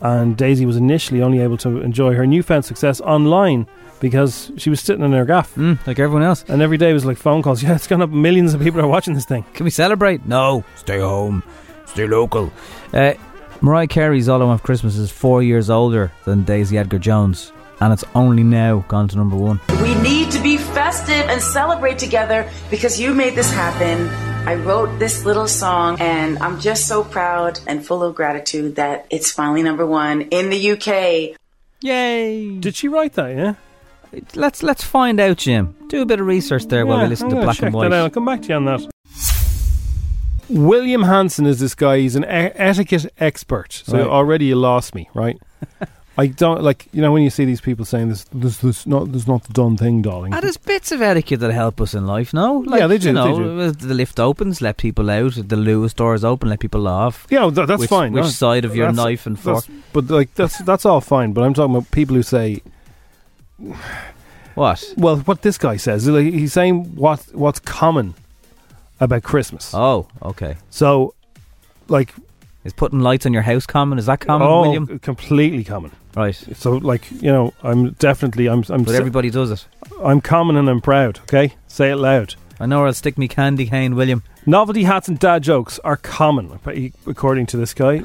And Daisy was initially only able to enjoy her newfound success online because she was sitting in her gaff,
Mm, like everyone else.
And every day was like phone calls. Yeah, it's gone up. Millions of people are watching this thing.
Can we celebrate? No. Stay home. Stay local. Uh, Mariah Carey's All I Want for Christmas is four years older than Daisy Edgar Jones, and it's only now gone to number one.
We need to be festive and celebrate together because you made this happen. I wrote this little song and I'm just so proud and full of gratitude that it's finally number one in the UK.
Yay!
Did she write that? Yeah.
Let's let's find out, Jim. Do a bit of research there while we
Yeah,
listen
I'm
to
gonna
Black
check
and White.
That out. I'll come back to you on that. William Hanson is this guy. He's an e- etiquette expert. So
Right.
already you lost me, right? I don't like you know when you see these people saying this. This this not this not the done thing, darling.
Ah, there's bits of etiquette that help us in life, no? Like,
Yeah, they do,
You
they
know, uh, The lift opens, let people out. The loo is doors open, let people off.
Yeah, well, tha- that's
which,
fine.
Which
no,
side of your
that's-
knife and fork?
that's- But like that's that's all fine. But I'm talking about people who say
what?
Well, what this guy says, like, he's saying what what's common about Christmas.
Oh, okay.
So, like,
is putting lights on your house common? Is that common,
oh,
William?
completely common.
Right.
So, like, you know, I'm definitely I'm. I'm
But
se-
everybody does it.
I'm common and I'm proud. Okay, say it loud.
I know, or I'll stick me candy cane, William.
Novelty hats and dad jokes are common, ap- according to this guy.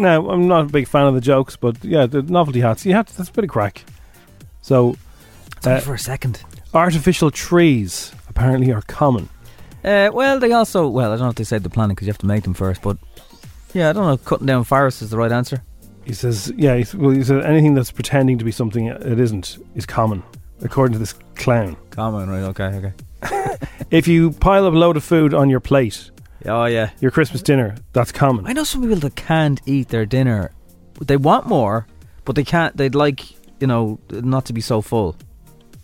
now, I'm not a big fan of the jokes, but yeah, the novelty hats. You have to, that's a bit of crack. So, uh,
only for a second.
Artificial trees apparently are common.
Uh, well, they also well, I don't know if they said the planet because you have to make them first, but yeah, I don't know. Cutting down forests is the right answer.
He says, yeah, he, s- well, he says anything that's pretending to be something it isn't is common, according to this clown.
Common, right? Okay, okay.
If you pile up a load of food on your plate,
oh yeah,
your Christmas dinner, that's common.
I know some people that can't eat their dinner. They want more, but they can't. They'd like you know not to be so full.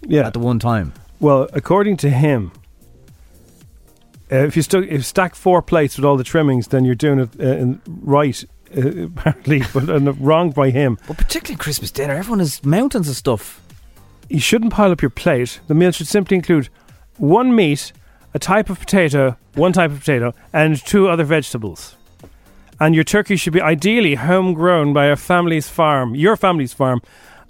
Yeah.
At the one time.
Well, according to him, uh, if you stu- if you stack four plates with all the trimmings, then you're doing it uh, in- right, uh, apparently, but uh, wrong by him.
But particularly Christmas dinner, everyone has mountains of stuff.
You shouldn't pile up your plate. The meal should simply include one meat, a type of potato, one type of potato, and two other vegetables. And your turkey should be ideally homegrown by a family's farm, your family's farm,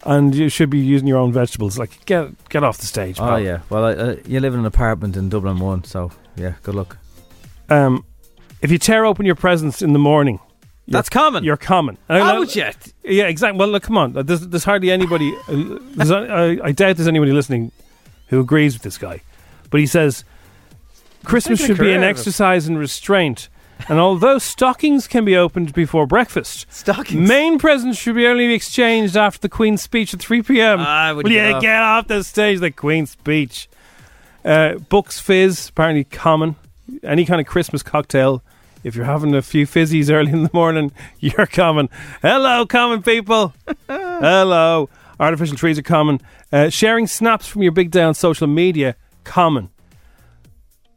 and you should be using your own vegetables. Like get get off the stage.
Oh
pal.
yeah. Well, I, uh, you live in an apartment in Dublin one, so yeah. Good luck.
Um, if you tear open your presents in the morning,
That's common.
You're common.
How
I-
would you?
Yeah, exactly. Well, look, come on. uh, There's, there's hardly anybody. uh, there's, I, I doubt there's anybody listening who agrees with this guy. But he says Christmas
Taking a
should be an
career out of it.
exercise in restraint. And although stockings can be opened before breakfast, stockings. main presents should be only exchanged after the Queen's speech at 3 p.m.
Ah, would
Will
you
you
get
get
off?
off? the stage? The Queen's speech. Uh, Bucks fizz, apparently common. Any kind of Christmas cocktail. If you're having a few fizzies early in the morning, you're common. Hello, common people. Hello. Artificial trees are common. Uh, sharing snaps from your big day on social media, common.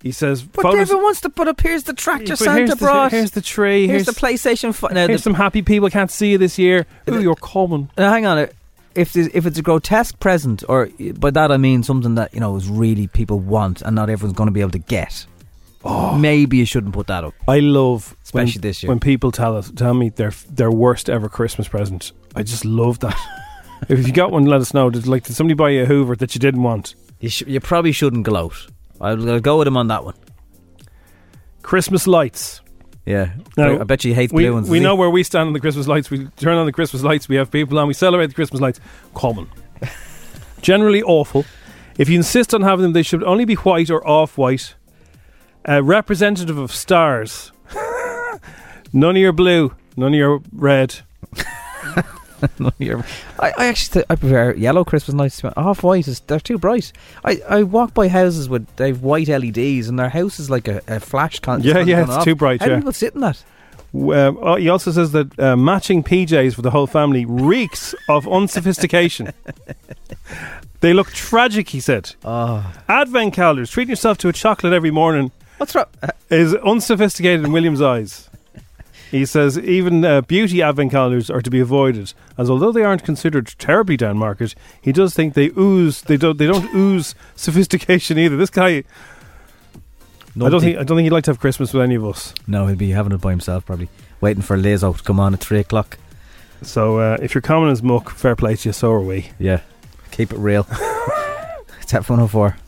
He says,
But
photos-
everyone wants to put up here's the tractor
But
Santa
here's the-
brought.
here's the tree. here's-
Here's, the PlayStation. Fi- no,
here's
uh, the-
some happy people can't see you this year. Ooh, you're common.
Now, Uh, hang on. If there's- if it's a grotesque present, or by that I mean something that you know is really people want, and not everyone's going to be able to get.
Oh.
Maybe you shouldn't put that up.
I love when-
Especially this year.
when people tell us tell me their their worst ever Christmas present. I just love that. if you got one, let us know. Did like did somebody buy you a Hoover that you didn't want?
You, sh- you probably shouldn't gloat. I'll, I'll go with him on that one.
Christmas lights.
Yeah,
Now,
I bet you hate
we,
blue ones.
We
does he?
know where we stand on the Christmas lights. We turn on the Christmas lights. We have people on. We celebrate the Christmas lights. Common. Generally awful. If you insist on having them, they should only be white or off-white. Uh, representative of stars. none of your blue. None of your red.
I, I actually th- I prefer yellow Christmas lights. to Off white is they're too bright. I, I walk by houses with they've white LEDs and their house is like a, a flash con.
Yeah, yeah,
gone
it's
off.
too bright,
How do
yeah.
people sit in that?
Um, oh, he also says that uh, matching PJs for the whole family reeks of unsophistication. they look tragic, he said. Advent calendars, treating yourself to a chocolate every morning.
Ah. What's wrong? Uh,
Is unsophisticated in William's eyes. He says even uh, beauty advent calendars are to be avoided, as although they aren't considered terribly down market, he does think they ooze. They don't. They don't ooze sophistication either. This guy. I don't
Numpty.
think. I don't think he'd like to have Christmas with any of us.
No, he'd be having it by himself probably, waiting for Lizzo to come on at three o'clock.
So uh, if you're common as muck, fair play to you. So are we.
Yeah, keep it real. it's oh at 104.